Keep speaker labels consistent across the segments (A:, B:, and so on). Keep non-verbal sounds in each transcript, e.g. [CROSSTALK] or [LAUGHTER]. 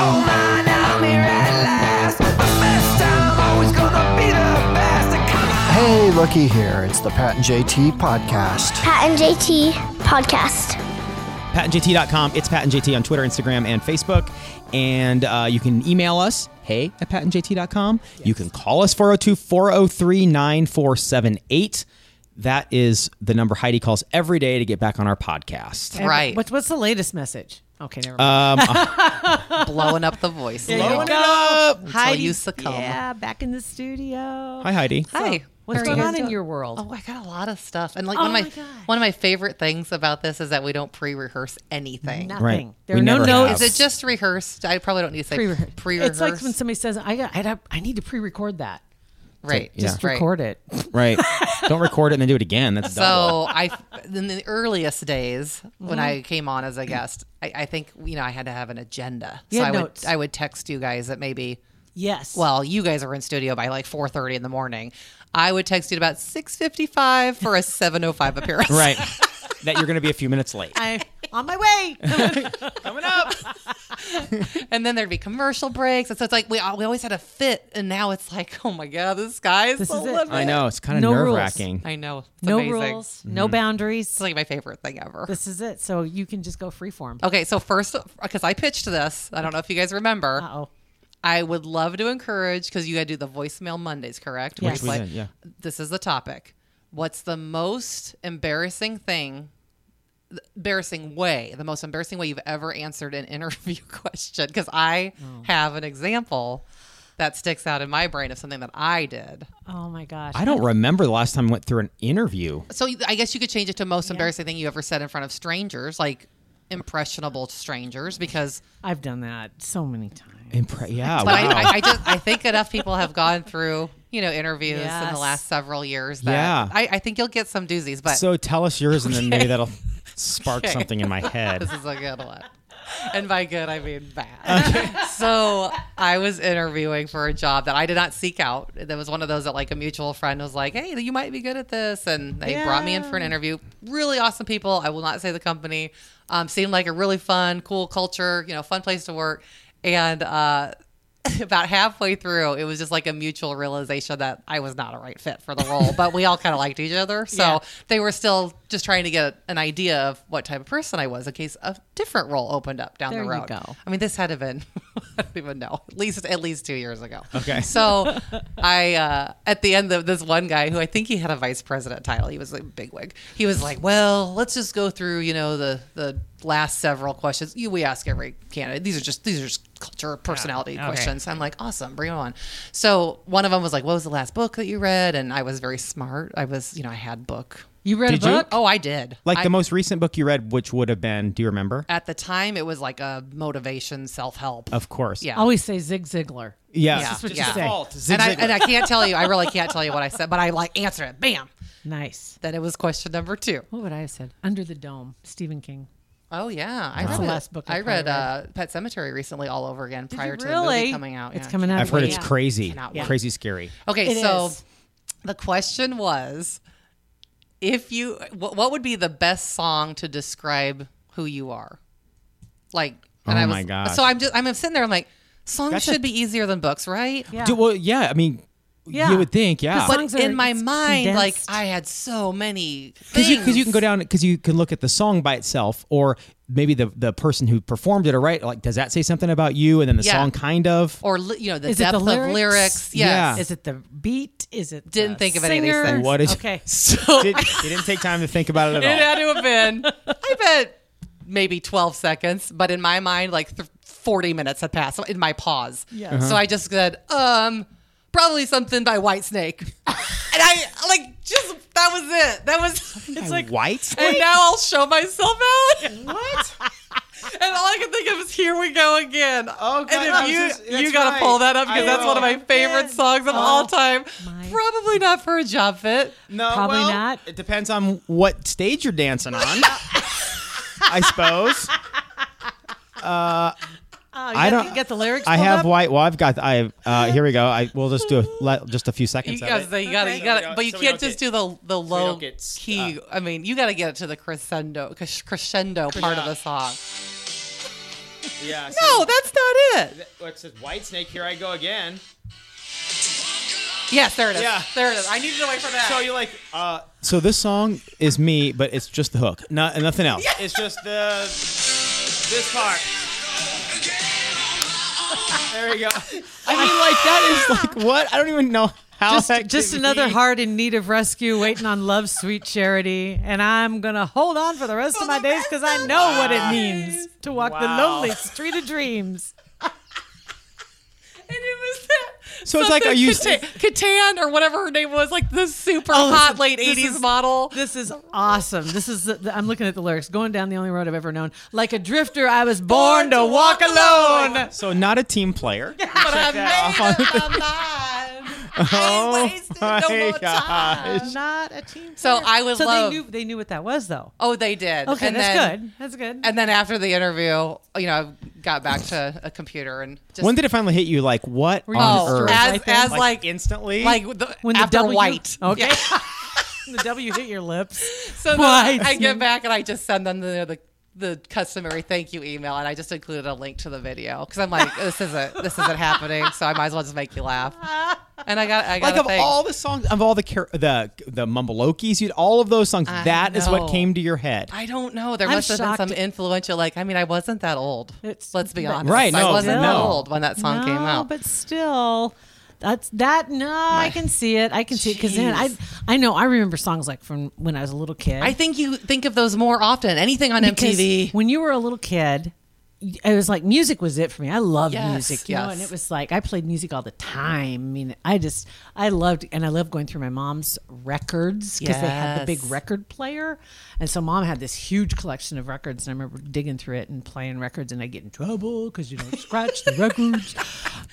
A: Oh man, I'm here at last. The best time, always gonna be the best. And come on.
B: Hey, looky here. It's the Pat and JT podcast.
C: Pat and JT podcast.
D: patentjt.com. It's patentjt on Twitter, Instagram, and Facebook. And uh, you can email us, hey at patentjt.com. You can call us 402 403 9478. That is the number Heidi calls every day to get back on our podcast.
E: And
F: Right.
E: What's what's the latest message? Okay, never mind.
D: Um,
F: blowing up the voice.
E: [LAUGHS]
D: blowing it up.
F: Heidi, you succumb.
E: Yeah, back in the studio. Oh,
D: Hi, Heidi.
F: Hi.
E: What's
F: How are
E: going
F: you guys
E: on in
F: doing?
E: your world?
F: Oh, I got a lot of stuff, and like
E: Oh
F: one
E: my
F: of my,
E: God.
F: one of my favorite things about this is that we don't pre-rehearse anything.
E: Nothing.
D: Right.
E: There
D: We
E: are no
D: never
E: notes.
D: have.
F: Is it just rehearsed? I probably don't need to say
E: pre-rehearse?
F: pre-rehearse.
E: It's like when somebody says, "I got, I, don't- I need to pre-record that.
F: right?
D: Yeah.
F: Just right.
E: Record it."
D: Right. Don't record it and then do it again. That's dumb.
F: [LAUGHS] So I, in the earliest days when
E: Mm-hmm.
F: I came on as a guest, I, I think you know I had to have an agenda.
E: You
F: so
E: had
F: I
E: notes.
F: would I would text you guys that maybe
E: Yes.
F: well you guys are in studio by like 4.30 in the morning i would text you at about 6.55 for a 7.05 appearance
D: Right. that you're going to be a few minutes late.
E: I on my way.
D: Coming up.
F: and then there'd be commercial breaks and so it's like we, al- we always had a fit and now it's like oh my god the sky is
E: This
F: the
E: is it.
F: limit.
D: I know. It's kind of
E: No rules.
D: nerve wracking.
F: i know it's
E: no
F: amazing.
E: rules, no boundaries.
F: it's like Oh. my favorite thing ever
E: this is it. So you can just go freeform.
F: okay so first because i pitched this i don't know if you guys remember
E: Uh oh.
F: i would love to encourage because you gotta do the voicemail mondays correct
E: Yes. Which
D: we
F: Like,
D: did, yeah.
F: this is the topic what's the most embarrassing thing embarrassing way, the most embarrassing way you've ever answered an [LAUGHS] interview question. Because I
D: Oh.
F: have an example that sticks out in my brain of something that I did.
E: Oh my gosh.
D: I don't remember the last time I went through an interview.
F: So you- I guess you could change it to most embarrassing thing you ever said in front of strangers, like impressionable strangers, because
E: I've done that so many times.
D: Impre- yeah.
F: but
D: Oh, wow.
F: I, I, I just I think enough people have gone through you know interviews in
E: Yes.
F: the last several years that
D: Yeah.
F: I, I think you'll get some doozies. But
D: So tell us yours, and then maybe that'll spark something in my head.
F: [LAUGHS] This is a good one. And by good, I mean bad. So I was interviewing for a job that I did not seek out. There was one of those that like a mutual friend was like, "Hey, you might be good at this," and they brought me in for an interview. Really awesome people. I will not say the company. Um, seemed like a really fun, cool culture. You know, fun place to work. And uh, [LAUGHS] about halfway through, it was just like a mutual realization that I was not a right fit for the role. but we all kind of liked each other, so they were still just trying to get an idea of what type of person I was in case a different role opened up down
E: There
F: the
E: you
F: road.
E: go.
F: I mean, this had to have been [LAUGHS] I don't even know at least at least two years ago.
D: Okay.
F: So I uh, at the end of this one guy who I think he had a vice president title. He was a bigwig. He was like, "Well, let's just go through you know the the last several questions you, we ask every candidate. These are just these are just culture personality questions." I'm like, "Awesome, bring 'em on." So one of them was like, "What was the last book that you read?" And I was very smart. I was you know I had book.
E: You read
D: Did
E: a
D: you?
E: book?
F: Oh, I did.
D: Like
F: I- Uh,
D: the most recent book you read, which would have been, do you remember?
F: at the time, it was like a motivation, self help.
D: Of course.
F: Yeah.
E: Always say Zig Ziglar.
D: Yeah.
F: Yeah. That's what you
D: Just
F: say.
D: default. Zig
F: and I,
D: Ziglar.
F: and I can't tell you. I really can't tell you what I said, but I like answered it. Bam.
E: Nice.
F: Then it was question number two.
E: What would I have said? Under the Dome, Stephen King.
F: Oh yeah, I
E: the
F: read it.
E: last book I
F: I read
E: probably
F: uh, Pet Cemetery recently all over again prior
E: you
F: to the
E: really?
F: movie coming out.
E: It's
F: Yeah.
E: coming out.
D: I've heard it's
E: Yeah.
D: crazy,
F: Cannot wait.
D: crazy scary.
F: Okay,
E: It
F: so
E: is.
F: the question was, if you, what, what would be the best song to describe who you are? Like, and
D: Oh,
F: I was,
D: my gosh.
F: So I'm just, I'm sitting there. I'm like, songs
D: That's a-
F: should be easier than books, right?
E: Yeah.
D: Do- well, yeah. I mean,
E: Yeah.
D: you would think, yeah.
E: But-
F: But
E: Songs are
F: in my
E: s-
F: mind,
E: condensed.
F: like I had so many
D: Because
F: because
D: you, 'cause you can go down because you can look at the song by itself, or maybe the the person who performed it, or right? Like, does that say something about you? And then the
F: Yeah.
D: song kind of.
F: or li- you know the
E: Is it the
F: depth of
E: lyrics?
F: lyrics. Yes.
D: Yeah.
E: Is it the beat? Is it
F: Didn't
E: the
F: think of any of these
E: singer?
F: things.
D: Ah. What is [LAUGHS]
E: okay?
D: So
F: [LAUGHS]
D: you didn't take time to think about it
F: It
D: at all.
F: had [LAUGHS] to have been. I bet maybe 12 seconds, but in my mind, like th- 40 minutes had passed in my pause. Yeah. So I just said, um, probably something by Whitesnake. and I like just that was [LAUGHS] it. That was.
D: It's like white.
F: And now I'll show myself out. What? [LAUGHS] And all I could think of is "Here We Go Again."
D: Oh, God, I
F: and
D: was
F: if you
D: just- that's
F: you gotta pull
D: right.
F: that up
D: I
F: because that's one of
D: will.
F: my favorite songs of all time. Probably not for a job fit.
D: No,
E: Probably
D: well,
E: not.
D: It depends on what stage you're dancing on. I
E: [LAUGHS]
D: suppose. I don't.
E: Oh, Get the lyrics.
D: I
E: pulled
D: have
E: up?
D: white. Well, I've got. I uh, here we go. I we'll just do a, let, just a few
F: You
D: seconds. of
F: gotta,
D: it.
F: say- you gotta,
D: Okay.
F: you
D: So we
F: gotta,
D: don't-
F: but you
D: so we
F: can't
D: don't
F: just
D: get-
F: do the the low
D: don't get,
F: key. I mean, you gotta get it to the crescendo, cres- crescendo part of the song.
D: Yeah.
F: No, that's not it.
D: What's this? White snake. Here I go again.
F: Yes, there it is.
D: Yeah.
F: There it is. I needed to wait for that.
D: you're like. Uh, so this song is me, but it's just the hook, not nothing else. It's just the this part. There you go. I mean, like that is like what? I don't even know how.
E: Just,
D: that
E: just
D: could
E: another
D: be.
E: heart in need of rescue, waiting on love, sweet charity, and I'm gonna hold on for the rest of my days because I know what it means to walk the
D: Wow.
E: lonely street of dreams.
F: And it was that.
D: So it's like, are you- Oh,
F: Katan, Katan or whatever her name was, like the super hot
E: is-
F: late
E: this
F: '80s
D: [LAUGHS]
E: is-
F: model?
E: This is awesome. This is the, the- I'm looking at the lyrics. Going down the only road I've ever known. Like a drifter, I was born, to walk alone.
D: So not a team player.
F: but I
D: that off
F: made up
D: [LAUGHS]
F: my mind. [LAUGHS] I
D: Oh
F: ain't wasted
D: my
F: no more
D: gosh.
F: time.
E: Not a team.
F: So
E: player.
F: I would
E: So
F: love.
E: they knew they knew what that was though.
F: oh, they did.
E: Okay,
F: and
E: that's
F: then,
E: good. That's good.
F: And then after the interview, you know, I got back to a computer and just
D: When did it finally hit you? Like what
E: you
D: on
E: distraught?
D: earth?
E: As-
F: as as
D: like,
F: like
D: instantly.
F: like the,
E: when the
F: after
E: W, Oh,
F: white.
E: [LAUGHS] Okay.
F: Yeah.
E: When the W hit your lips.
F: So then
E: White.
F: I get back and I just send them the, the the customary thank you email and I just included a link to the video because I'm like this isn't this isn't happening so I might as well just make you laugh. And I got I got
D: like
F: a
D: of
F: thanks.
D: all the songs, of all the char- the the mumbalokis, you all of those songs.
F: I
D: that is
F: know.
D: what came to your head.
F: I don't know. There
E: I'm
F: must have been
E: shocked.
F: some influential. Like, I mean, I wasn't that old.
E: It's-
F: Let's be
E: but-
F: honest.
D: Right, no,
F: I wasn't that
D: no.
F: old when that song
E: no,
F: came out.
E: but still. That's that. No, I can see it. I can see it because then I, I know I remember songs like from when I was a little kid.
F: I think you think of those more often. Anything on
E: Because
F: MTV.
E: When you were a little kid, y- it was like music was it for me. I loved
F: Yes,
E: music, you know, and
F: yes.
E: it was like I played music all the time. I mean, I just I loved and I loved going through my mom's records because they had the big
F: Yes.
E: record player, and so mom had this huge collection of records, and I remember digging through it and playing records, and I get in trouble because you don't scratch the records.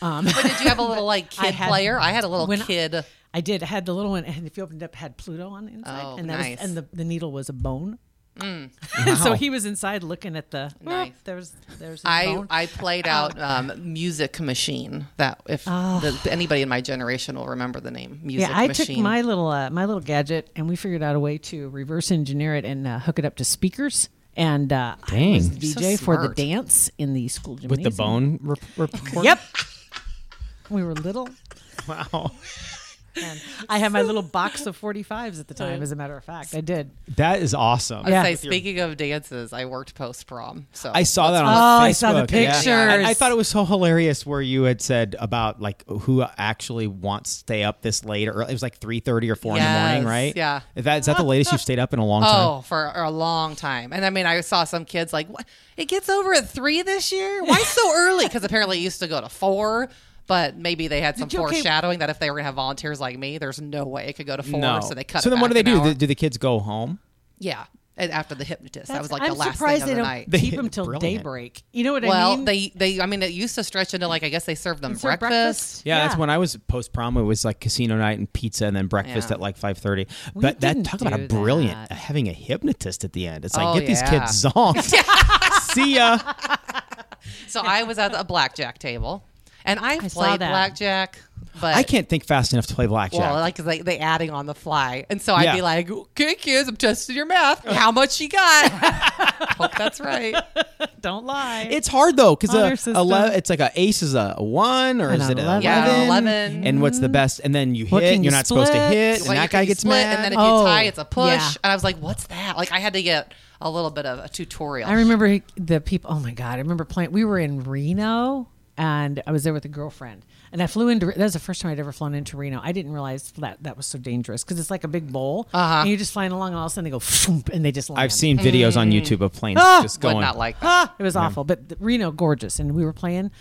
F: But did you
E: [LAUGHS]
F: have a little like kid
E: had-
F: player? I had a little
E: when I-
F: kid.
E: I did. I had the little one, and if you opened it up, it had Pluto on the inside,
F: Oh,
E: and that
F: nice. Mm.
E: was, and the, the needle was a bone. And [LAUGHS] so he was inside looking at the. oh,
F: Nice.
E: There was there was. a
F: I,
E: bone.
F: I played out um, Music Machine. That if the, anybody in my generation will remember the name Music
E: Ah. yeah, I
F: Machine.
E: took my little uh, my little gadget, and we figured out a way to reverse engineer it and uh, hook it up to speakers. And uh, I was the
F: so
E: DJ for the
F: smart.
E: dance in the school
D: With
E: gymnasium.
D: the bone rep- report.
E: Yep. we were little.
D: Wow.
E: And I had my little box of 45s at the time, as a matter of fact. I did.
D: That is awesome.
E: Yeah.
F: Say, speaking of dances, I worked post prom. So
D: I saw that on
E: Oh,
D: Facebook.
E: I saw the
D: Yeah. And I
E: pictures.
D: thought it was so hilarious where you had said about like who actually wants to stay up this late or it was like 3:30 or 4 in the morning,
F: Yes,
D: right?
F: yeah.
D: Is that is that the latest you've stayed up in a long time?
F: [LAUGHS] Oh, for a long time. And I mean, I saw some kids like, what? It gets over at three this year? Why
E: [LAUGHS]
F: so early? Because apparently it used to go to four, but maybe they had some
E: you- okay.
F: foreshadowing that if they were going to have volunteers like me, there's no way it could go to four.
D: no.
F: So they cut
D: So
F: it
D: then what do they
F: back
D: do?
F: an hour.
D: Do- Do the kids go home?
F: yeah. And after the hypnotist, that was like
E: I'm
F: the last
E: surprised
F: thing of
E: they
F: the
E: don't
F: night.
D: They- [LAUGHS]
E: keep them till
D: Brilliant.
E: daybreak. You know what
F: well,
E: I mean?
F: they, they, I mean, it used to stretch into like, I guess they served them
E: serve
F: breakfast.
E: breakfast?
D: Yeah, that's
E: Yeah.
D: when I was post prom. It was like casino night and pizza, and then breakfast
F: Yeah.
D: at like five thirty. But that
E: didn't
D: talk about
E: do
D: a brilliant
E: that.
D: having a hypnotist at the end. It's like
F: Oh,
D: get these
F: yeah.
D: kids
F: [LAUGHS]
D: zonked. See ya.
F: So I was at a blackjack table and I,
E: saw
F: played
E: that.
F: blackjack, but
D: I can't think fast enough to play blackjack.
F: Well, like 'cause they they adding on the fly, and so I'd
D: Yeah.
F: be like, "Okay, kids, I'm testing your
D: [LAUGHS]
F: math. How much you got? [LAUGHS] Hope that's right."
E: don't lie.
D: it's hard though
E: Honor
D: because
E: system.
D: a, ele- it's like a ace is a one or
E: An
D: is it an
E: 11.
F: Yeah, an
D: 11?
F: 11.
D: And what's the best? And then you
E: What
D: hit.
E: can
D: You're
E: you
D: not supposed to
E: split?
D: hit. And
F: Well, you
D: that
F: can
D: guy gets
F: split,
D: mad.
F: and then if
E: Oh,
F: you tie, it's a push.
E: yeah.
F: And I was like, "What's that?" Like I had to get a little bit of a tutorial.
E: I remember he- the people. Oh my god! I remember playing. We were in Reno, and I was there with a girlfriend. And I flew into. That was the first time I'd ever flown into Reno. I didn't realize that that was so dangerous because it's like a big bowl, uh-huh. and you're just flying along, and all of a sudden they go, [LAUGHS] "Phoomp," and they just land.
D: I've seen videos on YouTube of planes just
F: Mm. Ah! Would
D: going.
F: not like that.
E: Ah, it was awful. But the, Reno, gorgeous, and we were playing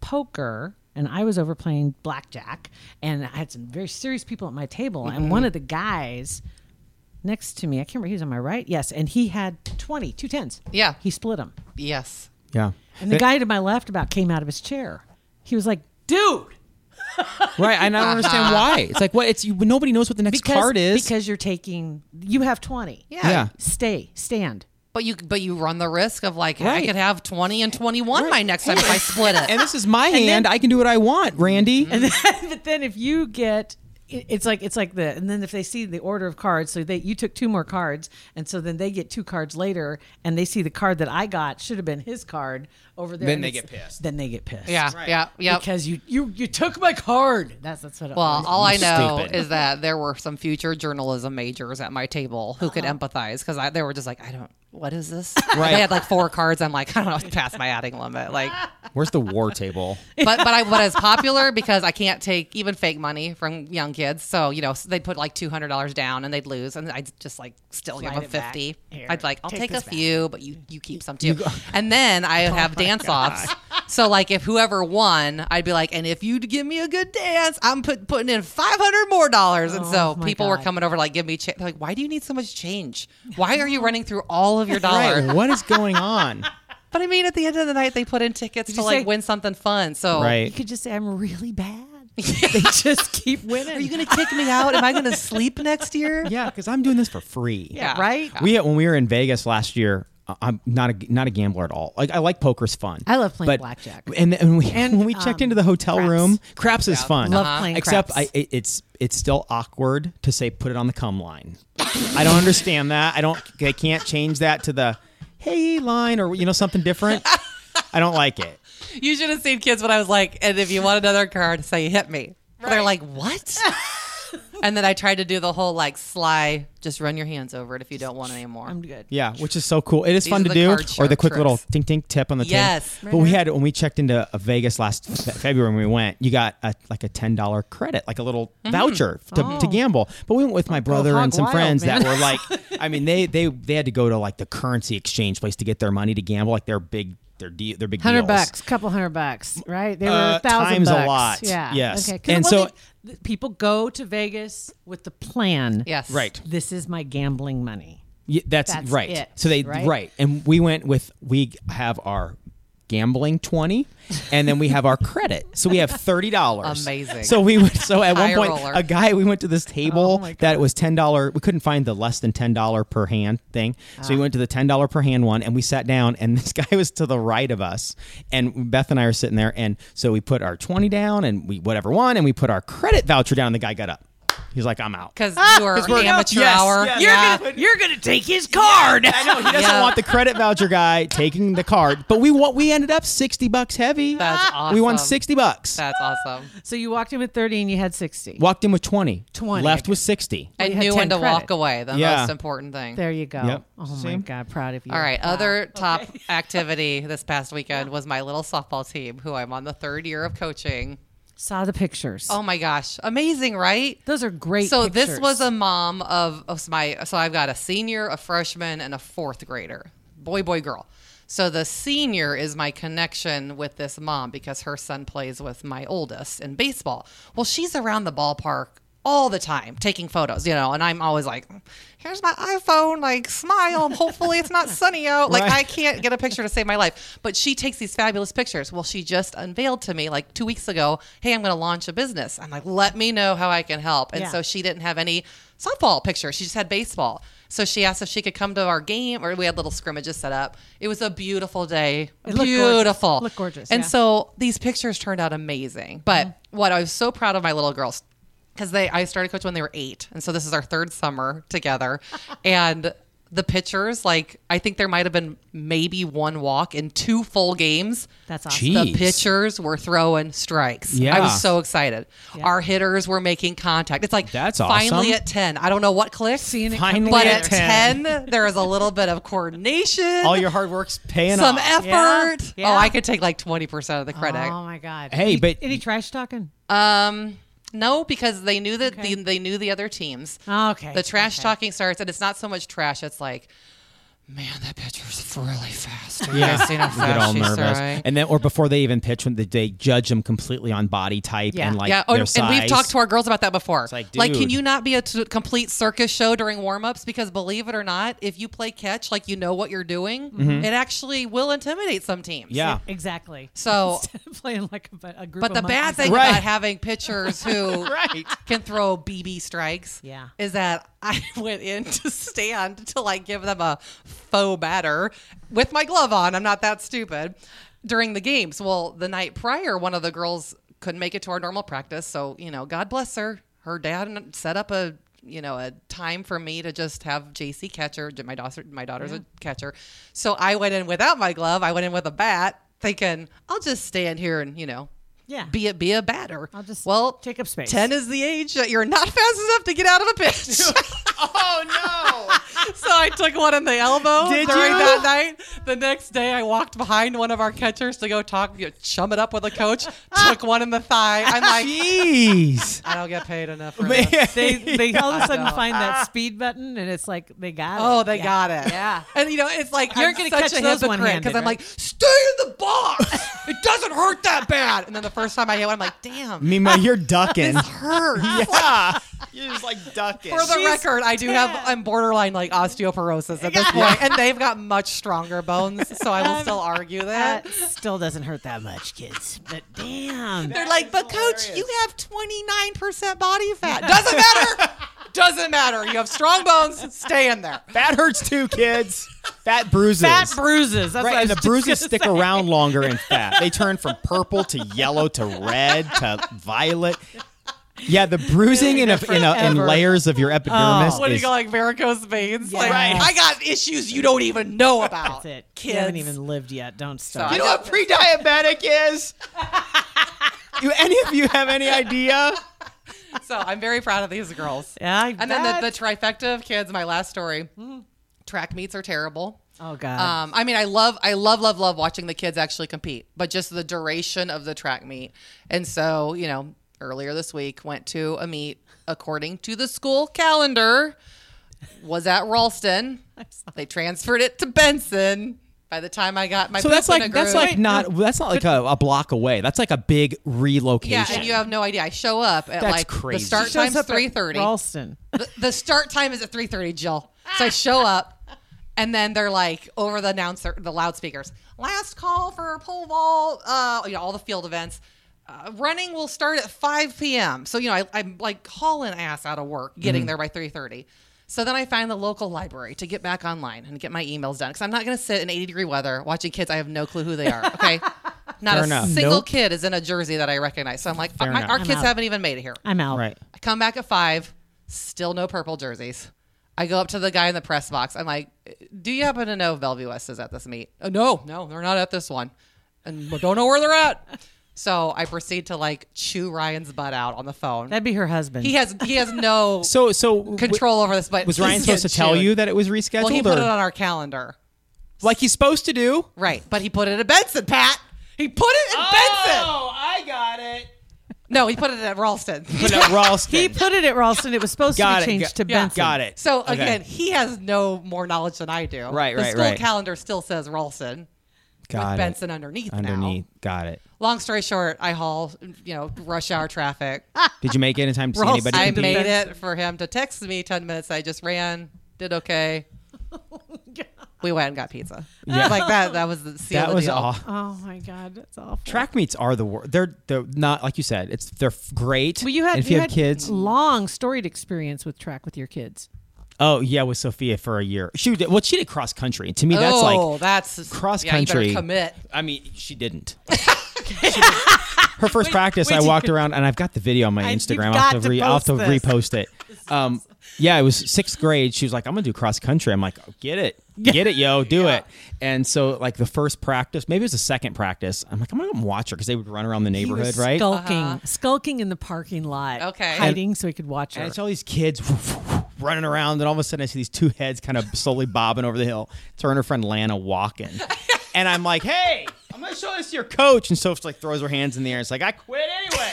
E: poker. And I was over playing blackjack, and I had some very serious people at my table. And one of the guys next to me, I can't remember, he was on my right. Yes. And he had 20, two tens.
F: Yeah.
E: He split them.
F: Yes.
D: Yeah.
E: And the guy to my left about came out of his chair. He was like, "Dude,
D: Right, and I
F: Uh-huh.
D: don't understand why. It's like what it's you, nobody knows what the next
E: because
D: card is.
E: because you're taking you have 20.
F: Yeah.
D: yeah.
E: Stay, stand.
F: But you but you run the risk of like I
D: Right.
F: could have twenty and twenty one by next time if I split it.
D: [LAUGHS] And Mm-hmm. this is my hand. I can do what I want, Randy.
E: but then if you get it- it's like it's like the and then if they see the order of cards so they you took two more cards and so then they get two cards later and they see the card that I got should have been his card over there
D: Then [LAUGHS]
E: and
D: they
E: it's-
D: get pissed.
E: then they get pissed
F: yeah, yeah, yeah.
E: because you you you took my card that's that's what it
F: Well,
E: was.
F: all I know
D: Stupid.
F: is that there were some future journalism majors at my table who could empathize because they were just like, I don't, what is this?
D: Uh-huh. Right.
F: They had like four cards. I'm like, I don't know, it's past my adding limit. Like,
D: Where's the war [LAUGHS] table?
F: but but I but it's popular because I can't take even fake money from young kids. So you know they'd put like two hundred dollars down and they'd lose, and I'd just like still give them
E: it back.
F: fifty.
E: Here,
F: I'd like I'll
E: take
F: take, a
E: this back. Oh
F: few, but you you keep some too. and then
E: [LAUGHS]
F: I would have dance offs. So like if whoever won, I'd be like, and if you give me a good dance, I'm put, putting in five hundred more dollars. and so
E: Oh my
F: people were
E: God.
F: coming over like, give me cha- they're like, why do you need so much change? Why
E: [LAUGHS]
F: are you running through all of your dollar?
D: Right, what is going [LAUGHS] on?
F: But I mean, at the end of the night, they put in tickets to
E: you
F: like
E: say-
F: win something fun. So
E: you
D: Right.
E: could just say I'm
F: [LAUGHS]
E: really bad they just keep winning
F: Are you going to kick me out? Am I going to sleep next
E: [LAUGHS]
F: year?
D: Yeah, because I'm doing this for free.
F: Yeah.
E: right
D: We when we were in Vegas last year, I- I'm not a not a gambler at all. Like I like poker's fun.
E: I love playing
D: But-
E: blackjack.
D: And, and, we,
E: And,
D: when we checked
E: um,
D: into the hotel
E: craps.
D: room, craps is fun. Uh,
E: Love Uh-huh. playing
D: Except
E: craps.
D: I, it, it's it's still awkward to say put it on the cum line. I don't understand that. I don't. I can't change that to the hey line or you know something different. I don't like it.
F: You should have seen kids when I was like, and if you want another card, say hit me. They're like, what? and then I tried to do the whole like sly, just run your hands over it if you don't want it anymore.
E: I'm good
D: Yeah, which is so cool. It is fun
F: are
D: to
F: the
D: do,
F: card
D: or the
F: sharp
D: quick little
F: tricks.
D: tink tink tip on the
F: Yes.
D: table. But we had when we checked into uh, Vegas last Fe- February when we went, you got a, like a ten dollar credit, like a little voucher to, to gamble. But we went with my brother
E: hog
D: and some
E: wild,
D: friends that
E: man.
D: were like, I mean, they they they had to go to like the currency exchange place to get their money to gamble, like their big their de- their big
E: Hundred
D: deals.
E: bucks, couple hundred bucks, right? They were
D: Uh,
E: a thousand
D: times a
E: bucks.
D: lot,
E: Yeah.
D: yes.
E: Okay. 'Cause,
D: And
E: well,
D: so-
E: they- th- people go to Vegas with the plan.
F: Yes.
D: Right.
E: This is my gambling money.
D: Yeah, that's,
E: That's
D: right.
E: it,
D: so they right?
E: right?
D: and we went with we have our gambling twenty, and then we have our credit. So we have thirty dollars.
F: Amazing.
D: So we went. So at one
F: High
D: point,
F: roller.
D: a guy we went to this table that was ten dollar. We couldn't find the less than ten dollar per hand thing. So we went to the ten dollar per hand one, and we sat down, and [LAUGHS] this guy was to the right of us, and Beth and I are sitting there, and so we put our twenty down, and we whatever one, and we put our credit voucher down, and the guy got up. He's like, I'm out.
F: Because you are amateur
D: Oh, Yes,
F: hour.
D: yes.
F: yeah.
E: You're gonna take his card.
D: I know he doesn't
F: Yeah.
D: want the credit voucher guy taking the card, but we wa- we ended up sixty bucks heavy.
F: That's
D: We won
F: awesome.
D: sixty bucks.
F: That's awesome.
E: [GASPS] so you walked in with thirty and you had sixty.
D: Walked in with twenty.
E: 20,
D: Left
E: okay.
D: with sixty.
F: And
E: had
F: knew when
E: 10
F: to walk
E: credit.
F: away. The
D: Yeah.
F: most important thing.
E: There you go.
D: Yep.
E: Oh
D: See?
E: my god, proud of you.
F: All right. Other
E: [LAUGHS]
F: top activity this past weekend was my little softball team, who I'm on the third year of coaching.
E: Saw the pictures.
F: Oh my gosh. Amazing, right?
E: Those are great.
F: So this
E: pictures.
F: was a mom of, of my. So I've got a senior, a freshman, and a fourth grader. Boy, boy, girl. So the senior is my connection with this mom because her son plays with my oldest in baseball. Well, she's around the ballpark all the time taking photos, you know, and I'm always like, here's my iPhone, like smile, hopefully it's not sunny out. Like
D: Right.
F: I can't get a picture to save my life, but she takes these fabulous pictures. Well, she just unveiled to me like 2 weeks ago, "Hey, I'm going to launch a business." I'm like, "Let me know how I can help." And
E: Yeah.
F: so she didn't have any softball pictures. She just had baseball. So she asked if she could come to our game, or we had little scrimmages set up. It was a beautiful day.
E: It looked gorgeous.
F: beautiful.
E: Looked gorgeous,
F: And
E: yeah.
F: so these pictures turned out
D: Mm-hmm.
F: amazing. But what I was so proud of my little girls, because they I started coaching when they were eight. And so this is our third summer
D: [LAUGHS]
F: together. and the pictures, like I think there might have been maybe one walk in two full games.
E: That's
D: Gee. Jeez.
E: awesome.
F: The pitchers were throwing strikes. I
D: Yeah.
F: was so excited. Our hitters were making contact. It's like
D: That's awesome.
F: finally at 10. I don't know what clicked.
E: Seeing it
D: Finally
F: but
D: at
F: at
D: 10.
F: 10. [LAUGHS] there is a little bit of coordination,
D: All your hard work's paying
F: some
D: off.
F: effort.
E: Yeah.
F: Oh, I could take like 20% of the credit.
E: Oh my god.
D: Hey,
E: Any-
D: but-
E: any trash talking?
F: Um, no, because they knew that Oh, the, they knew the other teams.
E: Okay.
F: The trash talking starts, and it's not so much trash. It's like, man, that pitcher's really fast.
D: [LAUGHS]
F: Have
D: Yeah.
F: you guys seen how
D: We get all
F: fast she's
D: nervous.
F: throwing?
D: And then, or before they even pitch, when they, they judge them completely on body type
E: Yeah.
D: and like
F: yeah, oh,
D: their
F: and
D: size.
F: we've talked to our girls about that before.
D: like,
F: can
D: dude.
F: you not be a t- complete circus show during warm-ups? Because believe it or not, if you play catch, like you know what you're doing, it actually will intimidate some teams.
D: Mm-hmm.
F: [LAUGHS]
D: Yeah.
E: Exactly. [LAUGHS]
F: So,
E: Playing like a, a group.
F: but the
E: of
F: bad
E: monkeys.
F: thing
D: Right.
F: about having pitchers
E: [LAUGHS]
F: who
D: Right.
F: can throw BB strikes,
E: Yeah.
F: is that I [LAUGHS] went in to stand to like give them a faux batter with my glove on. I'm not that stupid during the games. Well, the night prior, one of the girls couldn't make it to our normal practice, so you know, God bless her. Her dad set up a you know a time for me to just have JC catcher. My daughter, my daughter's a catcher, so I went in without my glove. I went in with a bat, thinking I'll just stand here and you know
E: Yeah.
D: [LAUGHS]
F: be a be a batter. I'll
E: just
F: well
E: take up space.
F: Ten is the age that you're not [LAUGHS] fast enough to get out of
D: [LAUGHS]
F: a pitch. oh no! [LAUGHS] so I took one in the elbow
D: Did
F: during
D: you?
F: that night. The next day, I walked behind one of our catchers to go talk, you know, chum it up with
D: [LAUGHS]
F: a coach. took one in the thigh. I'm like,
D: Jeez.
F: [LAUGHS] I don't get paid
D: [LAUGHS]
F: enough for this.
E: They, they all of
F: [LAUGHS]
E: a sudden find that speed button and it's like they got it.
F: Oh, they
E: Yeah.
F: got it.
E: Yeah.
F: And you know, it's like
E: You're
F: I'm
E: gonna
F: such
E: catch
F: a
E: those
F: hypocrite
E: one-handed,
F: because I'm
E: right?
F: like, stay in the box. it doesn't hurt that bad. And then the first time I hit one, I'm like,
D: [LAUGHS]
F: damn,
D: Mima, you're
F: [LAUGHS]
D: ducking.
F: hurt.
D: yeah. You're just like ducking.
F: For the record, I do have I'm borderline like osteoporosis at this point, [LAUGHS] and they've got much stronger bones, so I will still argue that.
E: That still doesn't hurt that much, kids. But damn.
F: They're like, but coach, you have 29% body fat. Doesn't matter. [LAUGHS] Doesn't matter. You have strong bones. Stay in there.
D: Fat hurts too, kids. Fat bruises.
E: Fat bruises. That's what I
D: Right, and
E: was [LAUGHS]
D: the
F: [LAUGHS]
E: just
D: bruises
E: gonna
D: stick
E: say.
D: around longer in fat. They turn from purple to yellow to red to violet. Yeah, the bruising in a, in, a, in
E: Forever.
D: layers of your epidermis
F: Oh. What do you
D: is
F: call like varicose veins? Like,
E: Right.
F: I got issues you don't even [LAUGHS] know about.
E: That's it.
F: Kids.
E: You haven't even lived yet. Don't stop.
F: I
D: You know what pre-diabetic is? Do any of you have any
E: [LAUGHS]
D: idea?
F: So I'm very proud of these girls.
E: Yeah, I
F: And then the, the trifecta of kids, my last story. Track meets are terrible.
E: oh god.
F: Um, I mean, I love, I love, love, love watching the kids actually compete, but just the duration of the track meet. And so, you know, earlier this week, went to a meet according to the school calendar, was
D: [LAUGHS]
F: at Ralston. They transferred it to Benson. By the time I got my
D: So that's
F: Pipina
D: like that's
F: group-
D: like not that's not like a, a block away. That's like a big relocation.
F: yeah, and you have no idea. I show up at
D: That's
F: like
D: crazy.
F: the start
D: Shows
F: time's three thirty.
E: Ralston.
F: the, the start time is at 3.30 jill so i show up and then they're like over the announcer the loudspeakers last call for pole vault uh, you know all the field events uh, running will start at 5 p.m so you know I, i'm like hauling ass out of work
D: Mm-hmm.
F: getting there by 3.30 so then I find the local library to get back online and get my emails done because I'm not going to sit in 80 degree weather watching kids. I have no clue who they are.
D: [LAUGHS]
F: Okay, not
D: Fair
F: a
D: enough.
F: single
D: Nope.
F: kid is in a jersey that I recognize. So I'm like,
D: Fair
F: my-
D: enough.
F: our
D: I'm
F: kids
E: out.
F: haven't even made it here.
E: I'm out.
D: right.
F: I come back at five, still no purple jerseys. I go up to the guy in the press box. I'm like, "Do you happen to know if Bellevue West is at this meet?" "Uh, no, no, they're not at this one, and I don't know where
D: [LAUGHS]
F: they're at. So I proceed to like chew Ryan's butt out on the phone.
E: That'd be her husband.
F: he has he has
D: [LAUGHS]
F: no
D: So so w-
F: control over this. But
D: Was Ryan
F: he's
D: supposed to
F: getting
D: tell
F: chewed.
D: you that it was rescheduled
F: Well, he
D: or
F: put it on our calendar,
D: like he's supposed to do?
F: right? But he put it at Benson, Pat. He put it at Benson.
D: Oh, I got it.
F: No, he put it
D: [LAUGHS]
F: at Ralston.
D: Put it at Ralston.
E: He put it at Ralston. It was supposed
D: got
E: to
D: it.
E: be
D: got,
E: changed to
D: yeah,
E: Benson.
D: Got it.
F: So
D: Okay.
F: again, he has no more knowledge than I do.
D: Right,
F: the
D: right,
F: school
D: right.
F: calendar still says Ralston
D: got
F: with
D: it.
F: Benson underneath.
D: underneath.
F: Now.
D: Got it.
F: Long story short, I haul, you know, rush hour traffic. [LAUGHS]
D: Did you make it in time to see
E: Ralston.
D: anybody?
F: I
D: compete?
F: made it for him to text me ten minutes. I just ran, did okay. we went and got pizza. like that. That was the seal
D: That
F: the
D: was
F: deal.
D: aw-
E: Oh my god, that's awful.
D: Track meets are the worst. They're they're not like you said. It's they're f- great.
E: Well, you had
D: And if you, have
E: had
D: kids.
E: long storied experience with track with your kids.
D: Oh yeah, with Sophia for a year. She did, well, she did cross country. And to me, that's
F: oh,
D: like
F: that's
D: cross
F: yeah, you better
D: country.
F: commit.
D: I mean, she
E: [LAUGHS]
D: didn't. She didn't. Her first practice, I walked around and I've got the video on my
E: you've
D: Instagram. I'll
E: got
D: have to,
E: to
D: re- I'll have to
E: post [LAUGHS] this.
D: repost it. Um, yeah, it was sixth grade. She was like, "I'm gonna do cross country." I'm like, oh, "Get it, get it,
E: [LAUGHS]
D: yo, do it." And so, like the first practice, maybe it was the second practice. I'm like, "I'm gonna go watch her" because they would run around the
E: He was
D: neighborhood, right? Uh-huh.
E: Skulking, skulking in the parking lot.
F: Okay.
E: hiding so he could watch her.
D: And I saw these kids [LAUGHS] running around, and all of a sudden I see these two heads kind of slowly bobbing over the hill. Turn her friend Lana walking, and I'm like, "Hey, I'm gonna show this to your coach." And Sophie like throws her hands in the air. It's like I quit anyway.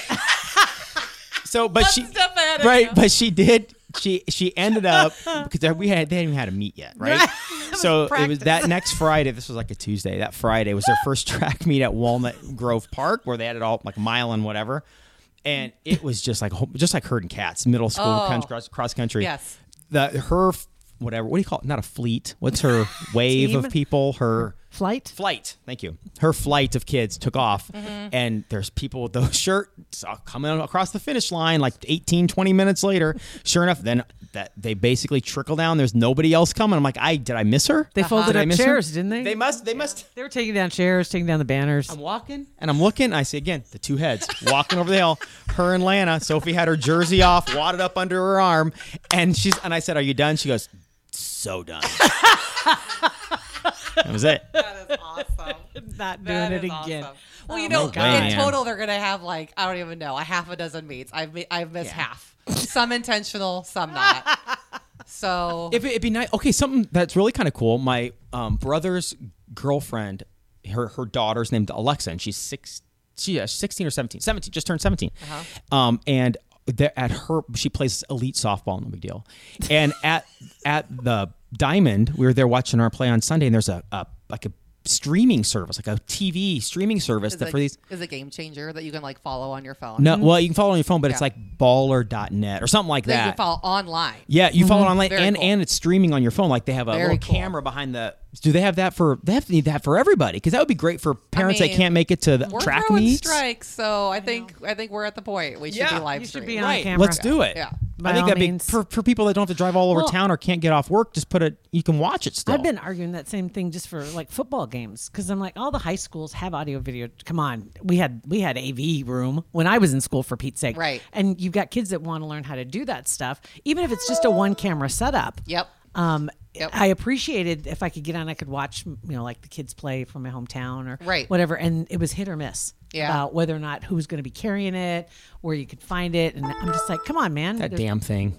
D: so, but she
F: step ahead of
D: right,
F: you.
D: but she did. She she ended up because we had they hadn't even had a meet yet, right? so it was
E: practice.
D: that next Friday. This was like a Tuesday. That Friday was their first track meet at Walnut Grove Park, where they had it all like mile and whatever. And it was just like ho- just like herding cats, middle school con- cross, cross country.
F: Yes.
D: the her f- whatever. What do you call it? Not a fleet. What's her wave
E: Team?
D: of people? Her
E: Flight?
D: flight. Thank you. Her flight of kids took off, and there's people with those [LAUGHS] shirts uh, coming across the finish line like 18, 20 minutes later. Sure enough, then that they basically trickle down. There's nobody else coming. I'm like, I did I miss her?
E: They folded
D: Uh-huh. Did I
E: up
D: miss her?
E: chairs, didn't they?
D: They must. They must.
E: They were taking down chairs, taking down the banners.
D: I'm walking and I'm looking. I see again the two heads walking over the hill. Her and Lana. Sophie had her jersey off, wadded up under her arm, and she's and I said, "Are you done?" She goes, "So done." [LAUGHS] that was it.
F: That is awesome.
E: Not doing
F: That
E: it
F: is
E: again.
F: awesome. Well, you know,
D: my God.
F: in
D: Man.
F: total, they're gonna have like I don't even know a half a dozen meets. I've mi- I've missed half. Some intentional,
D: [LAUGHS]
F: some not. So
D: If it, it'd be nice. Okay, something that's really kind of cool. My um, brother's girlfriend, her her daughter's named Alexa, and she's six. She yeah, she's sixteen or seventeen. Seventeen, just turned 17
F: Uh-huh.
D: Um, and there at her, she plays elite softball. No big
F: [LAUGHS]
D: deal. And at at the Diamond, we were there watching our play on Sunday, and there's a, a like a streaming service, like a TV streaming service
F: is
D: that
F: a,
D: for these.
F: is a game changer that you can like follow on your phone.
D: No, well, you can follow it on your phone, but it's
F: Mm-hmm. Yeah.
D: like baller.net or something like
F: that you
D: that.
F: can follow online.
D: Yeah, you follow it online,
F: Mm-hmm. Very
D: and
F: cool.
D: and it's streaming on your phone. Like they have a
F: Very
D: little
F: cool.
D: camera behind the. Do they have that for? They have to need that for everybody because that would be great for parents that
F: mean,
D: can't make it to the
F: We're
D: track
F: throwing
D: meets.
F: strikes, so I think I think we're at the point we should
D: Yeah.
F: be live
E: You should
F: streaming.
E: be on
D: Right,
E: camera.
D: let's do it.
F: Yeah.
E: By
D: I think
E: all
D: that'd
E: means.
D: be for, for people that don't have to drive all over
E: Well-
D: town or can't get off work. Just put it. You can watch it still.
E: I've been arguing that same thing just for like football games because I'm like all the high schools have audio video. Come on, we had we had AV room when I was in school for Pete's sake,
F: Right.
E: And you've got kids that want to learn how to do that stuff, even if it's just a one camera setup.
F: Yep.
E: Um,
F: Yep.
E: I appreciated if I could get on, I could watch you know like the kids play from my hometown or
F: Right.
E: whatever, and it was hit or miss.
F: Yeah.
E: About whether or not who was going to be carrying it, where you could find it, and I'm just like, come on, man.
D: that
E: There's-
D: damn thing.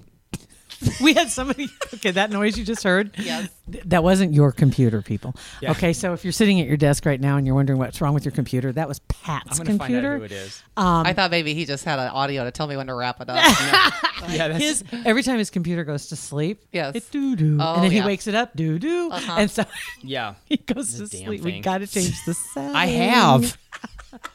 E: [LAUGHS] we had somebody. Okay, that noise you just heard.
F: Yes.
E: th- That wasn't your computer, people. Okay, so if you're sitting at your desk right now and you're wondering what's wrong with your computer, that was Pat's computer.
D: is.
F: I thought maybe he just had an audio to tell me when to wrap it up.
D: [LAUGHS] yeah, that's,
E: His every time his computer goes to sleep,
F: Yes.
E: it doo doo,
F: Oh,
E: and then
F: yeah. Uh-huh.
E: he wakes it up, doo doo, and so [LAUGHS]
D: yeah.
E: he goes to
D: damn
E: sleep. We
D: thing.
E: got to change the sound.
D: I have.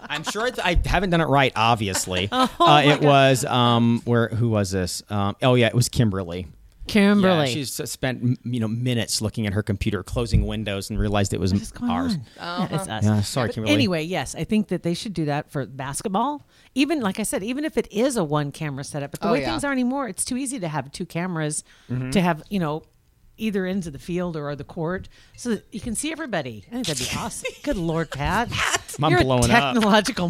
D: I'm sure it's, I haven't done it right.
E: [LAUGHS]
D: Obviously,
E: Oh
D: uh, it was um where who was this? Um, oh yeah, it was Kimberly.
E: Kimberly.
D: Yeah, she's s- spent m- you know minutes looking at her computer, closing windows, and realized it was
E: What's going
D: ours.
E: on?
F: Uh-huh.
E: Yeah, it's us.
D: Yeah, sorry, Kimberly.
E: Anyway, yes, I think that they should do that for basketball. Even like I said, even if it is a one camera setup, but the
F: Oh,
E: way
F: yeah.
E: things are anymore, it's too easy to have two cameras
D: Mm-hmm.
E: to have you know either ends of the field or the court, so that you can see everybody. I think that'd
D: [LAUGHS]
E: be awesome. Good lord, Pat,
D: I'm
E: you're
D: blowing
E: a
D: up.
E: technological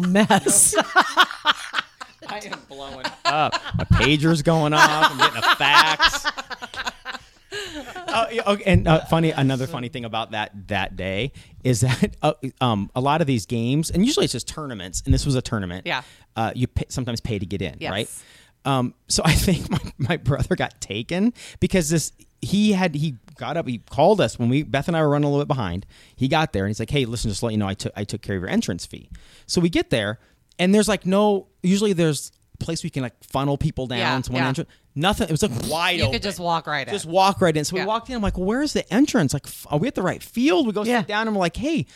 F: [LAUGHS]
E: mess.
F: I am blowing.
D: my pager's going off. I'm getting a fax. Oh, yeah, okay, and uh, funny, another funny thing about that that day is that uh, um, a lot of these games, and usually it's just tournaments, and this was a tournament.
F: Yeah.
D: uh, you pay, sometimes pay to get in,
F: Yes.
D: right? Um, so I [LAUGHS] think my, my brother got taken because this he had he got up he called us when we Beth and I were running a little bit behind. He got there and he's like, "Hey, listen, just to let you know, I took I took care of your entrance fee." So we get there and there's like no usually there's a place we can like funnel people down
F: Yeah,
D: to one
F: yeah.
D: entrance. Nothing. It was like wide
F: You
D: open.
F: could just walk right in.
D: Just walk right in. So
F: Yeah.
D: we walked in. I'm like, where's the entrance? Like, f- are we at the right field? We go
E: Yeah.
D: sit down and we're like, hey,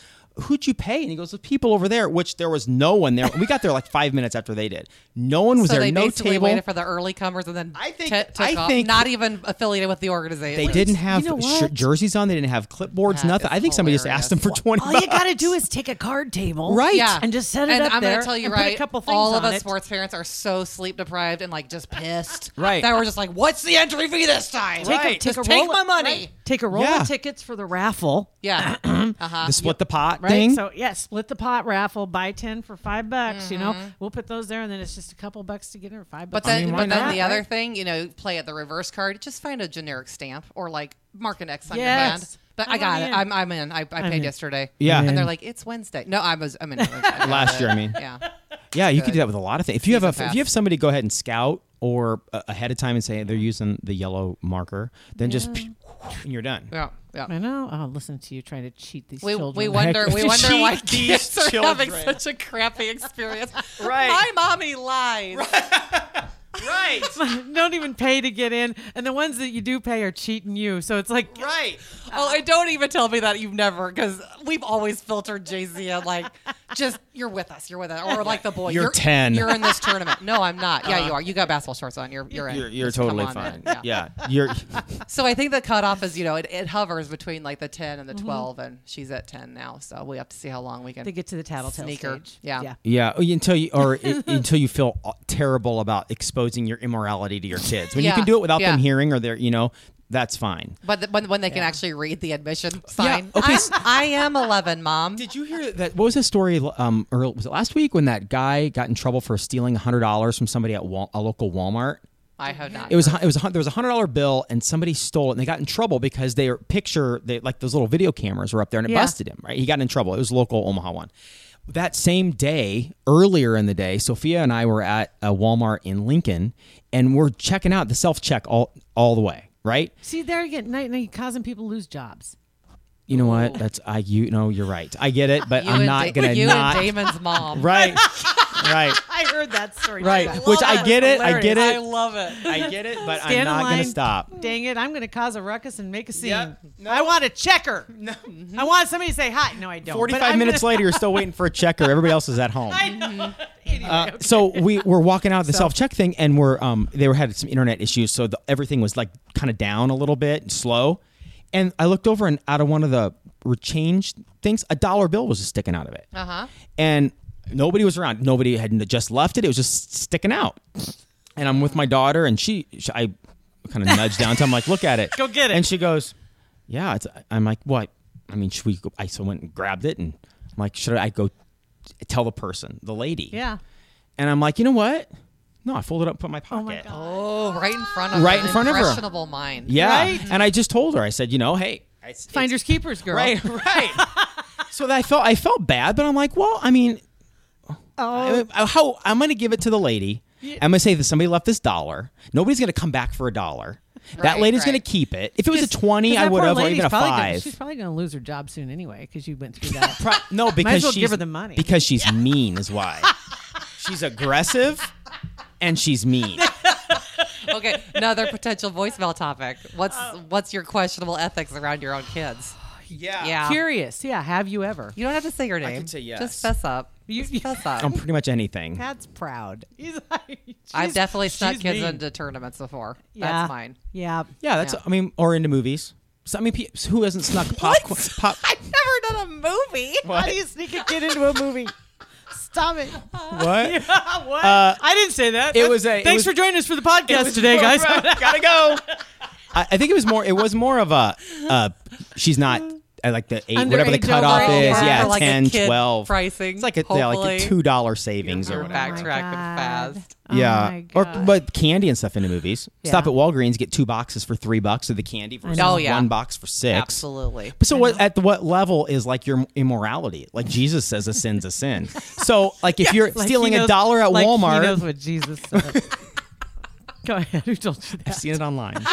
D: who'd you pay? And he goes, the people over there, which there was no one there. We got there like five minutes after they did. No one was
F: so
D: there.
F: they
D: no
F: basically
D: table.
F: waited for the early comers and then
D: I think-
F: t- took
D: I
F: off.
D: think-
F: not even affiliated with the organization.
D: they didn't have
E: know
D: sh-
E: what?
D: jerseys on. They didn't have clipboards.
F: That
D: nothing.
F: is
D: I think somebody just asked them for twenty.
E: All Oh, you
D: bucks.
E: got to do is take a card table,
D: Right.
F: [LAUGHS]
D: Yeah.
E: and just set it
F: and
E: up
F: I'm
E: there.
F: gonna tell you
E: and put
F: right,
E: a couple things
F: all of
E: on
F: us
E: it.
F: sports parents are so sleep deprived and like just
E: [LAUGHS]
F: pissed.
D: Right.
F: That we're just like, what's the entry fee this time?
E: Take a,
D: Right.
E: take,
F: Just
E: a
F: take
E: roll
F: my
E: of-
F: money.
E: right. Take a roll
D: Yeah.
E: of tickets for the raffle.
F: [CLEARS THROAT]
E: [CLEARS THROAT]
F: Yeah. Uh-huh.
D: The split the pot
E: right?
D: thing.
E: So yeah, split the pot raffle, buy ten for five bucks. You know, we'll put those there, and then it's just a couple bucks to get in, or five
F: Mm-hmm. But
E: bucks.
F: then,
D: why
F: but then
D: not,
F: the other
E: right?
F: thing, you know, play at the reverse card. Just find a generic stamp or like mark an X on your
E: Yes.
F: hand. But
E: I'm
F: i got
E: on
F: it.
E: in.
F: I'm, I'm in. I, I paid
E: in.
F: yesterday.
D: Yeah.
F: And
D: In.
F: they're like, it's Wednesday. No, I was. I'm
D: [LAUGHS]
F: in.
D: Last year, I mean.
F: Yeah.
D: Yeah, you could do that with a lot of things. If you have
F: a
D: a,
F: path.
D: if you have somebody go ahead and scout or uh, ahead of time and say they're using the yellow marker, then just and you're done.
F: Yeah. Yeah.
E: I know. Oh, listen to you trying to cheat these
F: We,
E: children.
F: we wonder we
D: Cheat
F: wonder why
D: these
F: kids are having
D: children.
E: [LAUGHS]
F: such a crappy experience.
D: Right.
F: My mommy lies.
D: Right.
E: [LAUGHS] don't even pay to get in, and the ones that you do pay are cheating you. So it's like
D: Right.
F: Oh, and don't even tell me that you've never, because we've always filtered Jay Z and like, just you're with us, you're with us, or like the boy,
D: You're 10.
F: you're in this tournament. No, I'm not. Yeah, you are. You got basketball shorts on. You're you're in.
D: You're, you're
F: Just come
D: totally
F: on in.
D: fine. Yeah. You're
F: [LAUGHS] So I think the cutoff is, you know, it, it hovers between like the 10 and the
D: Mm-hmm.
F: 12, and she's at 10 now. So we have to see how long we can.
E: to get to the tattletale
F: Sneaker.
E: stage.
F: Yeah.
D: Yeah, oh, until you
F: [LAUGHS]
D: or i- until you feel terrible about exposing your immorality to your kids. When you
F: Yeah,
D: can do it without them
F: yeah.
D: hearing or they're, you know, that's fine.
F: but the, when, when they can actually read the admission sign,
D: okay,
F: I'm,
D: s-
F: I am 11, mom.
D: Did you hear that? What was the story? Um, earl was it last week when that guy got in trouble for stealing hundred dollars from somebody at Wal- a local Walmart?
F: I have not.
D: It was a- it was a, hun- there was a hundred dollar bill and somebody stole it and they got in trouble because their picture they like those little video cameras were up there and it
E: Yeah.
D: busted him right he got in trouble it was local Omaha one that same day earlier in the day Sophia and I were at a Walmart in Lincoln and we're checking out the self check all all the way right
E: See, there again, now, now you're causing people to lose jobs.
D: you know what that's I you know you're right I get it but
F: You
D: I'm
F: and
D: not
F: Da-
D: gonna
F: you
D: not
F: and Damon's
D: [LAUGHS]
F: mom.
D: right
F: [LAUGHS]
D: right
E: I heard that
D: [LAUGHS]
E: story.
D: right which I get it I get
F: I
D: it
F: love it.
D: I get it but I'm
E: Stand in
D: not gonna
E: line.
D: stop
E: [LAUGHS] Dang it! I'm going to cause a ruckus and make a scene. I want a checker.
F: [LAUGHS]
E: No, I want somebody to say hi. No, I don't. but
D: 45
E: I'm [LAUGHS]
D: minutes
E: gonna-
D: later, you're still waiting for a checker. Everybody else is at home. I know.
F: Mm-hmm.
D: Uh, So we were walking out of the self check thing, and we're um they were had some internet issues, so the, everything was like kind of down a little bit, and slow. And I looked over, and out of one of the re- change things, a dollar bill was just sticking out of it. Uh
E: Uh-huh.
D: huh. And nobody was around. Nobody had n- just left it. It was just sticking out. And I'm with my daughter, and she, she I kind of nudged down. So I'm like, look at it.
E: [LAUGHS] Go get it.
D: And she goes, yeah, it's, I'm like, what? I mean, should we? Go? I so went and grabbed it, and I'm like, should I go tell the person, the lady?
E: Yeah.
D: And I'm like, you know what? No, I folded it up, and put it in my pocket.
F: Oh, right in front of
D: Right
F: an
D: in front of her.
F: impressionable mind.
D: Yeah.
E: Right?
D: And I just told her. I said, you know, hey, I, it's-
E: Finders keepers, girl.
D: right, [LAUGHS]
E: [LAUGHS]
D: right. so that I felt I felt bad, but I'm like, well, I mean, oh, how I'm gonna give it to the lady. I'm gonna say that somebody left this dollar. Nobody's gonna come back for a dollar. that
F: Right,
D: lady's gonna
F: right.
D: keep it. If it was a
E: 'Cause
D: twenty, I
E: that
D: would
E: poor
D: have, or
E: lady's
D: even a
E: probably
D: five.
E: Gonna, she's probably going to lose her job soon anyway because you
D: [LAUGHS]
E: went through that. [LAUGHS]
D: Pro- no, because
E: well
D: she's,
E: give her the money.
D: Because she's mean is
E: [LAUGHS]
D: why. she's aggressive and she's mean.
F: Okay, another potential voicemail topic. What's what's your questionable ethics around your own kids?
D: Yeah.
F: Yeah.
E: Curious, [LAUGHS] yeah. Have you ever?
F: You don't have to say your name.
D: could say yes.
F: Just fess up. You
E: you-
F: fess
E: [LAUGHS]
F: up.
D: On pretty much anything.
E: That's proud. [LAUGHS] He's like,
F: I've
E: she's-
F: definitely
E: she's
F: snuck kids
E: mean.
F: into tournaments before.
E: Yeah.
F: That's
E: [LAUGHS]
F: mine.
D: [LAUGHS]
E: Yeah.
D: Yeah, that's
F: Yeah.
D: I mean, or into movies. So, I mean, pe- who hasn't
F: [LAUGHS]
D: snuck popcorn? Pop-
F: Never done a movie.
E: How do you sneak a kid into a movie?
F: [LAUGHS]
E: Stop it. [LAUGHS]
D: what?
E: what? I didn't say that.
D: Uh, it was a- it
E: Thanks
D: was-
E: for joining us for the
D: [LAUGHS]
E: podcast today, guys. [LAUGHS]
D: Gotta go. I, I think it was more. It was more of a. Uh, she's not. I like the eight, whatever the
E: Underage
D: cutoff
E: overall,
D: is.
E: or
D: Yeah,
F: like a
D: 10,
F: kid
D: 12.
F: pricing,
D: It's like a, yeah, like a
F: hopefully. Oh
D: two dollar savings or
F: You're
D: whatever.
F: backtracking fast.
D: yeah,
E: Oh my
D: or
E: God.
D: but candy and stuff into movies. Stop
E: Yeah.
D: at Walgreens, get two boxes for three bucks of the candy versus
F: know. Oh, yeah.
D: one box for six.
F: Absolutely.
D: But so what? At the, what level is like your immorality? Like Jesus says, a sin's a sin. So like
E: [LAUGHS]
D: if you're
E: Like he
D: stealing a
E: knows-
D: dollar at
E: like
D: Walmart,
E: He
D: [LAUGHS]
E: knows what Jesus said. Go ahead. Who told you that?
D: seen it online.
E: [LAUGHS]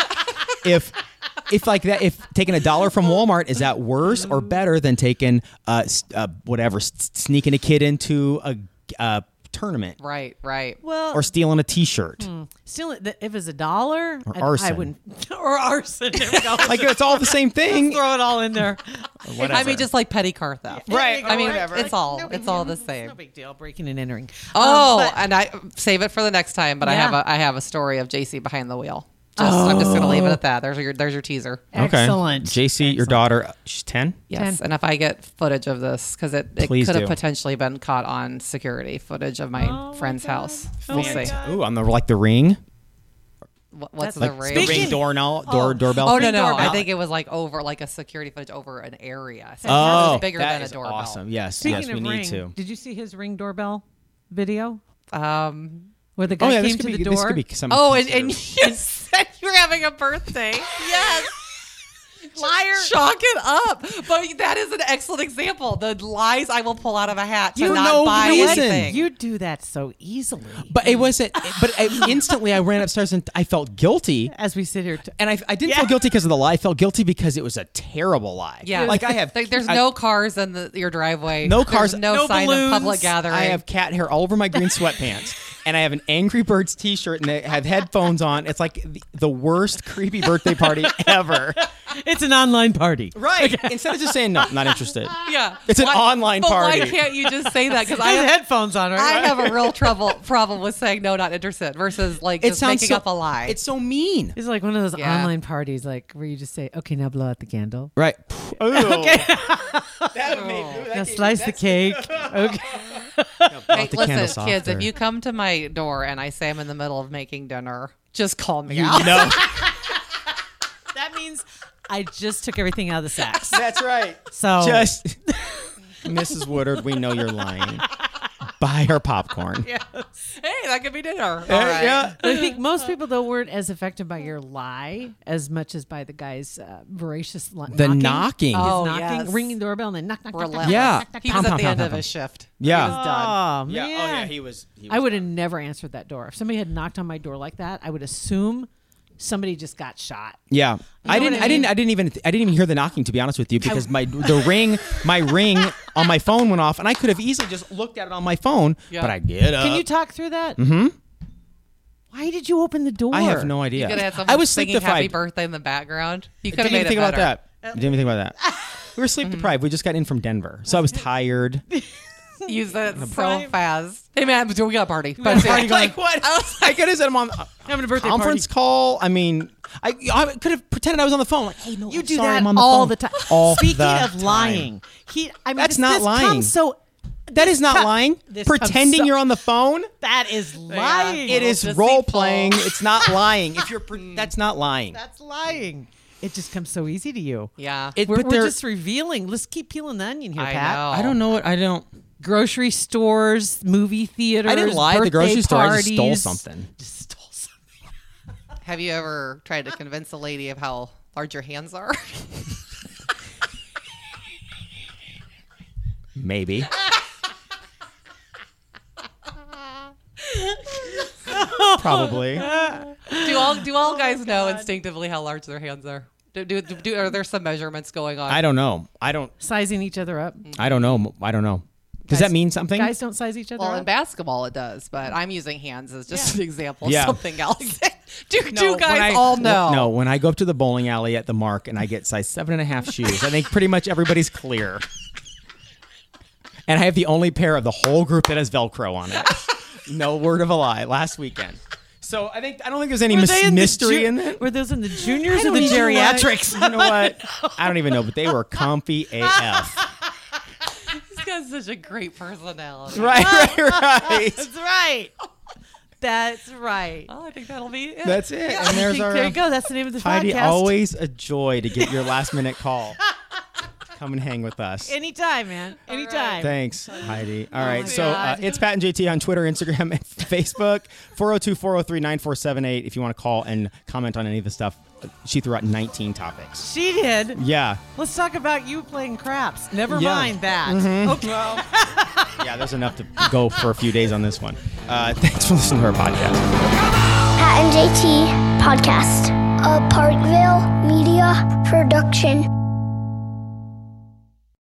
D: if if like that, if taking a dollar from Walmart is that worse or better than taking uh, s- uh whatever s- sneaking a kid into a uh, tournament
F: Right, right.
E: Well,
D: or stealing a T-shirt?
E: still, if it's a dollar, I, I
D: arson.
E: wouldn't. [LAUGHS] or arson. There we go.
D: [LAUGHS] Like it's all the
E: [LAUGHS]
D: same thing.
E: Throw it all in there.
D: Whatever.
F: I mean, just like petty car theft.
D: Right,
F: I mean,
D: whatever.
F: it's all
E: No big
F: it's all
E: deal.
F: the same.
E: No big deal. Breaking and entering.
F: Oh,
E: Um, but-
F: and I save it for the next time. But I
E: Yeah.
F: have a I have a story of JC behind the wheel. Just, I'm just gonna leave it at that. There's your there's your teaser.
E: Excellent.
D: JC, your daughter, she's ten.
F: Yes, and if I get footage of this, because it, it
D: Please
F: could
D: do.
F: have potentially been caught on security footage of my friend's house. We'll see.
D: Ooh, on the like the ring,
F: Wh- What's the
D: like
F: rate?
D: the ring doorknob, door doorbell.
F: Oh
D: thing.
F: no no! I
D: Doorbell.
F: think it was like over like a security footage over an area. So it
D: Oh,
F: was bigger
D: that
F: than
D: is
F: a doorbell.
D: awesome. Yes,
E: Speaking
D: yes,
E: of
D: we need
E: ring,
D: to.
E: Did you see his ring doorbell video
F: Um,
E: where the guy
D: Oh yeah, this
E: came
D: could
E: to
D: be
E: the
D: this
E: door?
D: could be something.
F: oh, and, [LAUGHS] and you said you were having a birthday. Yes. Liar. Chalk it up. But that is an excellent example. The lies I will pull out of a hat to
D: You
F: not
D: know
F: buy
D: reason.
F: anything.
E: you do that so easily.
D: But it wasn't. [LAUGHS] But I, instantly, I ran upstairs and I felt guilty.
E: as we sit here, t-
D: And I, I didn't feel guilty because of the lie. I felt guilty because it was a terrible lie.
F: yeah.
D: Like I have.
F: Like, there's
D: I-
F: no cars in the, your driveway.
D: No
F: There's
D: cars.
F: no,
D: No
F: sign of
E: balloons.
F: public
D: [LAUGHS]
F: gathering.
D: I have cat hair all over my green sweatpants. and I have an Angry Birds T-shirt, and I have headphones on. It's like the, the worst creepy birthday [LAUGHS] party ever.
E: It's an online [LAUGHS] party.
D: Right? Instead of just saying no, not
F: [LAUGHS]
D: interested.
F: Yeah.
D: It's an
F: Why-
D: online
F: but Why
D: party.
F: can't you just say that? Because I
E: I have
F: have,
E: headphones on. Right?
F: I
E: [LAUGHS]
F: have a real trouble problem with saying no, not interested, versus like just making
D: so,
F: up a lie.
D: It's so mean.
E: It's like one of those
F: Yeah.
E: online parties, like where you just say, "Okay, now blow out the candle,
D: [LAUGHS] Right. okay.
E: now slice the cake."
D: [LAUGHS]
E: Okay,
F: Hey,
D: the
F: listen,
D: candle
F: kids,
D: softer.
F: if you come to my door and I say I'm in the middle of making dinner, just call me
D: You
F: out. [LAUGHS]
D: know.
E: that means I just took everything out of the sack.
D: That's right.
E: So
D: [LAUGHS] Just Mrs. Oh. Woodard, we know you're lying. Buy her popcorn.
F: Hey, that could be dinner. All right.
D: Uh, yeah.
E: I think most people though weren't as affected by your lie as much as by the guy's uh, voracious li-
D: The knocking.
E: knocking, His
F: Oh,
E: knocking,
F: yes.
E: ringing the doorbell, and then knock, knock, knock, knock.
F: Relentless.
D: Yeah.
F: He
D: Pom,
F: was
D: pom,
F: at the
D: pom,
F: end
D: pom,
F: of
D: pom.
F: his shift.
D: Yeah.
F: He was done.
E: Oh man,
D: was. He
E: I would have never answered that door if somebody had knocked on my door like that. I would assume somebody just got shot.
D: Yeah, I
E: know
D: didn't.
E: what
D: I,
E: I
D: didn't.
E: mean?
D: I didn't even. I didn't even hear the knocking. To be honest with you, because my the
F: [LAUGHS]
D: ring, my ring on my phone went off, and I could have easily just looked at it on my phone.
F: Yeah.
D: But I get up.
E: Can you talk through that? Mm-hmm. Why did you open the door?
D: I have no idea.
F: You could have had
D: I was sleep
F: singing happy
D: deprived.
F: birthday in the background. You could
D: Didn't
F: have made
D: even
F: it
D: think
F: better. Mm-hmm.
D: about that. Didn't even think about that. We were sleep deprived. We just got in from Denver, so I
F: [LAUGHS]
D: was tired.
F: Use that so fast. Hey man, I'm doing a party. That's it.
D: like what?
F: I was
D: I could have said I'm on a
E: Having a birthday
D: conference call. I mean, I, I could have pretended I was on the phone. Like, hey, no,
E: You
D: I'm
E: do
D: sorry,
E: that
D: I'm on the
E: all
D: phone.
E: the [LAUGHS] time.
D: [LAUGHS] All
E: Speaking
D: the
E: of
D: time.
E: lying, he. I mean,
D: That's
E: this-
D: not
E: this
D: lying.
E: comes so
D: That is not
E: Cut.
D: lying.
E: This comes
D: Pretending
E: so-
D: you're on the phone. uh,
E: that is lying.
D: It is
F: Deceitful.
D: role playing. It's not lying. If you're, pre- that's not lying.
E: That's lying. It just comes so easy to you.
F: Yeah.
D: It-
E: We're,
D: but
E: we're
D: they're-
E: just revealing. Let's keep peeling the onion here,
F: I
E: Pat.
F: know.
D: I don't know what I don't.
E: Grocery stores, movie theaters.
D: I didn't lie at the
E: birthday
D: grocery store. I just
E: parties.
D: stole something.
E: Just stole something.
F: Have you ever tried to convince a lady of how large your hands are?
D: Maybe. Probably.
F: do all do [LAUGHS] all guys know instinctively how large their hands are? Do, do, do, do- are there some measurements going on?
D: I don't know. I don't.
E: Sizing each other up.
D: I don't know. I don't know. Does that mean something?
E: Guys don't size each other
F: well, in
E: up.
F: basketball it does, but I'm using hands as just an example of
D: Yeah.
F: something else. [LAUGHS] do, do
D: when
F: guys
D: I-
F: all
D: w-
F: know?
D: No, when I go up to the bowling alley at the mark and I get size seven and a half shoes, I think pretty much everybody's clear. And I have the only pair of the whole group that has Velcro on it. No word of a lie. Last weekend. So I think I don't think there's any
E: Were
D: mis-
E: they in the
D: mystery
E: ju-
D: in that.
E: Were those in the juniors
D: I
E: or
D: don't
E: the
D: even know what-
E: geriatrics?
D: You know what? I don't even know, but they were comfy AF.
F: This guy's such a great personality.
D: Right, right, right.
E: That's right. That's right.
F: Well, Oh, I think that'll be it.
D: That's it.
E: [LAUGHS]
D: And there's our um,
E: there you go. That's the name of the
D: Heidi.
E: podcast.
D: Always a joy to get your last minute call. Come and hang with us.
E: Anytime, man. Anytime.
D: Thanks, Heidi. All right.
F: Oh my
D: So uh,
F: God.
D: it's Pat and JT on Twitter, Instagram, and [LAUGHS] Facebook. 402 403 9478 if you want to call and comment on any of the stuff. She threw out 19 topics.
E: She did.
D: Yeah.
E: Let's talk about you playing craps. Never
D: Yeah. Mm-hmm.
E: mind that. Okay.
D: Yeah, there's enough to go for a few days on this one. Uh, thanks for listening to our podcast.
C: Pat and JT Podcast. A Parkville Media Production.